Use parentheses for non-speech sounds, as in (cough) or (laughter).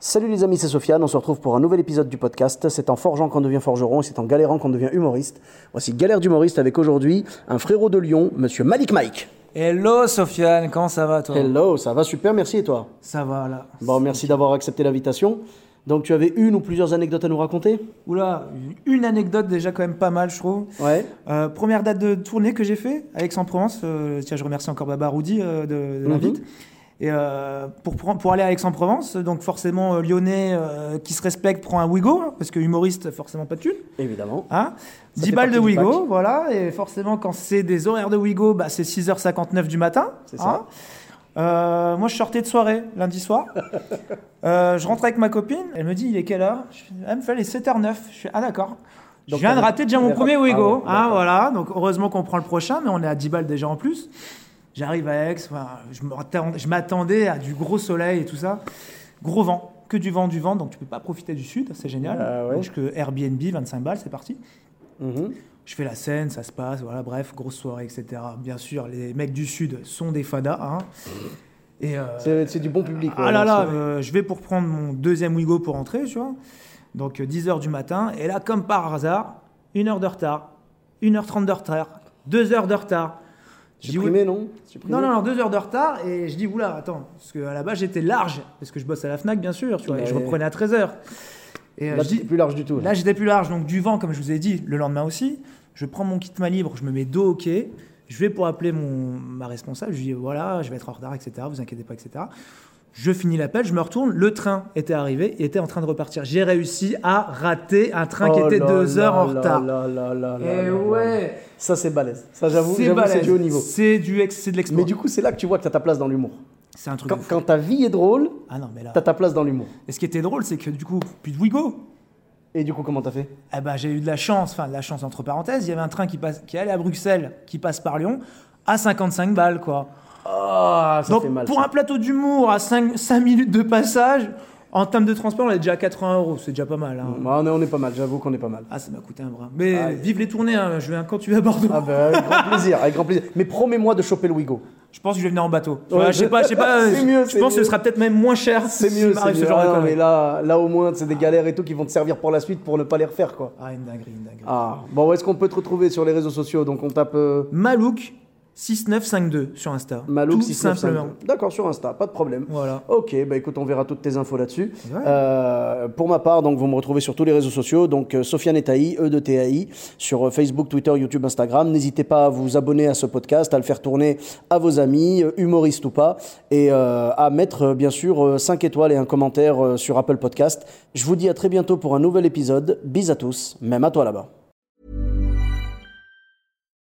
Salut les amis, c'est Sofiane. On se retrouve pour un nouvel épisode du podcast. C'est en forgeant qu'on devient forgeron et c'est en galérant qu'on devient humoriste. Voici Galère d'humoriste avec aujourd'hui un frérot de Lyon, monsieur Malik Mike. Hello Sofiane, comment ça va toi Hello, ça va super, merci et toi Ça va là. Bon, merci d'avoir accepté l'invitation. Donc tu avais une ou plusieurs anecdotes à nous raconter Oula, une anecdote déjà quand même pas mal je trouve. Ouais. Euh, première date de tournée que j'ai fait, Aix-en-Provence. Euh, tiens, je remercie encore Baba Roudi euh, de, de Mhm. l'invite. Et euh, pour, pren- pour aller à Aix-en-Provence, donc forcément euh, lyonnais euh, qui se respecte prend un Wigo, hein, parce que humoriste, forcément pas de thune. Évidemment. Hein Ça 10 fait balles de partie du pack. Wigo, voilà. Et forcément, quand c'est des horaires de Wigo, bah, c'est 6h59 du matin. hein. C'est ça. Euh, moi, je sortais de soirée, (laughs) lundi soir. Euh, je rentre avec ma copine. Elle me dit, il est quelle heure Je fais, Elle me fait, les 7h09. Je fais, ah d'accord. Je Donc, viens de t'avais- rater déjà mon t'avais premier raté- Ah ouais, Wigo. hein, d'accord. voilà. Donc, heureusement qu'on prend le prochain, mais on est à 10 balles déjà en plus. J'arrive à Aix. voilà, je m'attend- je m'attendais à du gros soleil et tout ça. Gros vent. Que du vent, du vent. Donc, tu peux pas profiter du sud. C'est génial. Ah ouais. Donc, je- que Airbnb, 25 balles, c'est parti. Mhm. Je fais la scène, ça se passe, voilà, bref, grosse soirée, etc. Bien sûr, les mecs du Sud sont des fadas. Hein. Et euh, C'est c'est du bon public. ouais, ah là là, c'est- euh, je vais pour prendre mon deuxième Wigo pour entrer, tu vois. Donc 10h du matin, et là, comme par hasard, une heure de retard, 1h30 de retard, 2 heures de retard. Je dis, Supprimé, non Supprimé non, non, non, deux heures de retard, et je dis, oula, attends, parce qu'à la base j'étais large, parce que je bosse à la Fnac, bien sûr, tu vois, et je Ouais. reprenais à 13h. Et euh, Là, je dis, c'est plus large du tout. Là, j'étais plus large, donc du vent, comme je vous ai dit, le lendemain aussi. Je prends mon kit main libre, je me mets dos au quai. Je vais pour appeler mon, ma responsable. Je lui dis voilà, je vais être en retard, etc. Vous inquiétez pas, etc. Je finis l'appel, je me retourne. Le train était arrivé et était en train de repartir. J'ai réussi à rater un train qui Oh était là deux là heures en là retard. là là là là Eh là là ouais. là. Ça, c'est balèze. Ça, j'avoue, C'est j'avoue, c'est balèze. du haut niveau. C'est du ex- c'est de l'exploit. Mais du coup, c'est là que tu vois que t'as ta place dans l'humour. c'est un truc. Quand, de fou. quand ta vie est drôle, Ah non, mais là. t'as ta place dans l'humour. Et ce qui était drôle, c'est que du coup, puis de Wigo, Et du coup, comment t'as fait Eh ben, j'ai eu de la chance, enfin de la chance entre parenthèses, il y avait un train qui, passe, qui allait à Bruxelles, qui passe par Lyon, à 55 balles quoi. Ah, ça Donc fait mal. pour ça. un plateau d'humour à 5, minutes de passage, en termes de transport, on est déjà à 80 euros, c'est déjà pas mal. hein. Ouais, on, est, on est pas mal, j'avoue qu'on est pas mal. Ah ça m'a coûté un bras. Mais Aïe. vive les tournées, hein, je vais quand tu es à Bordeaux. Ah ben, avec grand plaisir, avec grand plaisir. Mais promets-moi de choper le Wigo. Je pense que je vais venir en bateau. Tu Ouais, vois, je sais pas, je sais pas. (laughs) C'est je- mieux, je c'est pense que mieux. ce sera peut-être même moins cher. C'est s'il mieux, m'arrive c'est ce mieux. genre Ah de non, mais conneries. là, là au moins, c'est des galères et tout qui vont te servir pour la suite pour ne pas les refaire, quoi. Ah une dinguerie, une dinguerie. Ah, bon, où est-ce qu'on peut te retrouver sur les réseaux sociaux Donc on tape euh, Malouk 6952 sur Insta. Malouk Tout 695. simplement. D'accord, sur Insta, pas de problème. Voilà. Ok, bah écoute, on verra toutes tes infos là-dessus. Ouais. Euh, pour ma part, donc vous me retrouvez sur tous les réseaux sociaux, donc euh, Sofiane et Taï, E de TAI, sur euh, Facebook, Twitter, YouTube, Instagram. N'hésitez pas à vous abonner à ce podcast, à le faire tourner à vos amis, euh, humoristes ou pas, et euh, à mettre euh, bien sûr 5 étoiles et un commentaire euh, sur Apple Podcast. Je vous dis à très bientôt pour un nouvel épisode. Bis à tous, même à toi là-bas.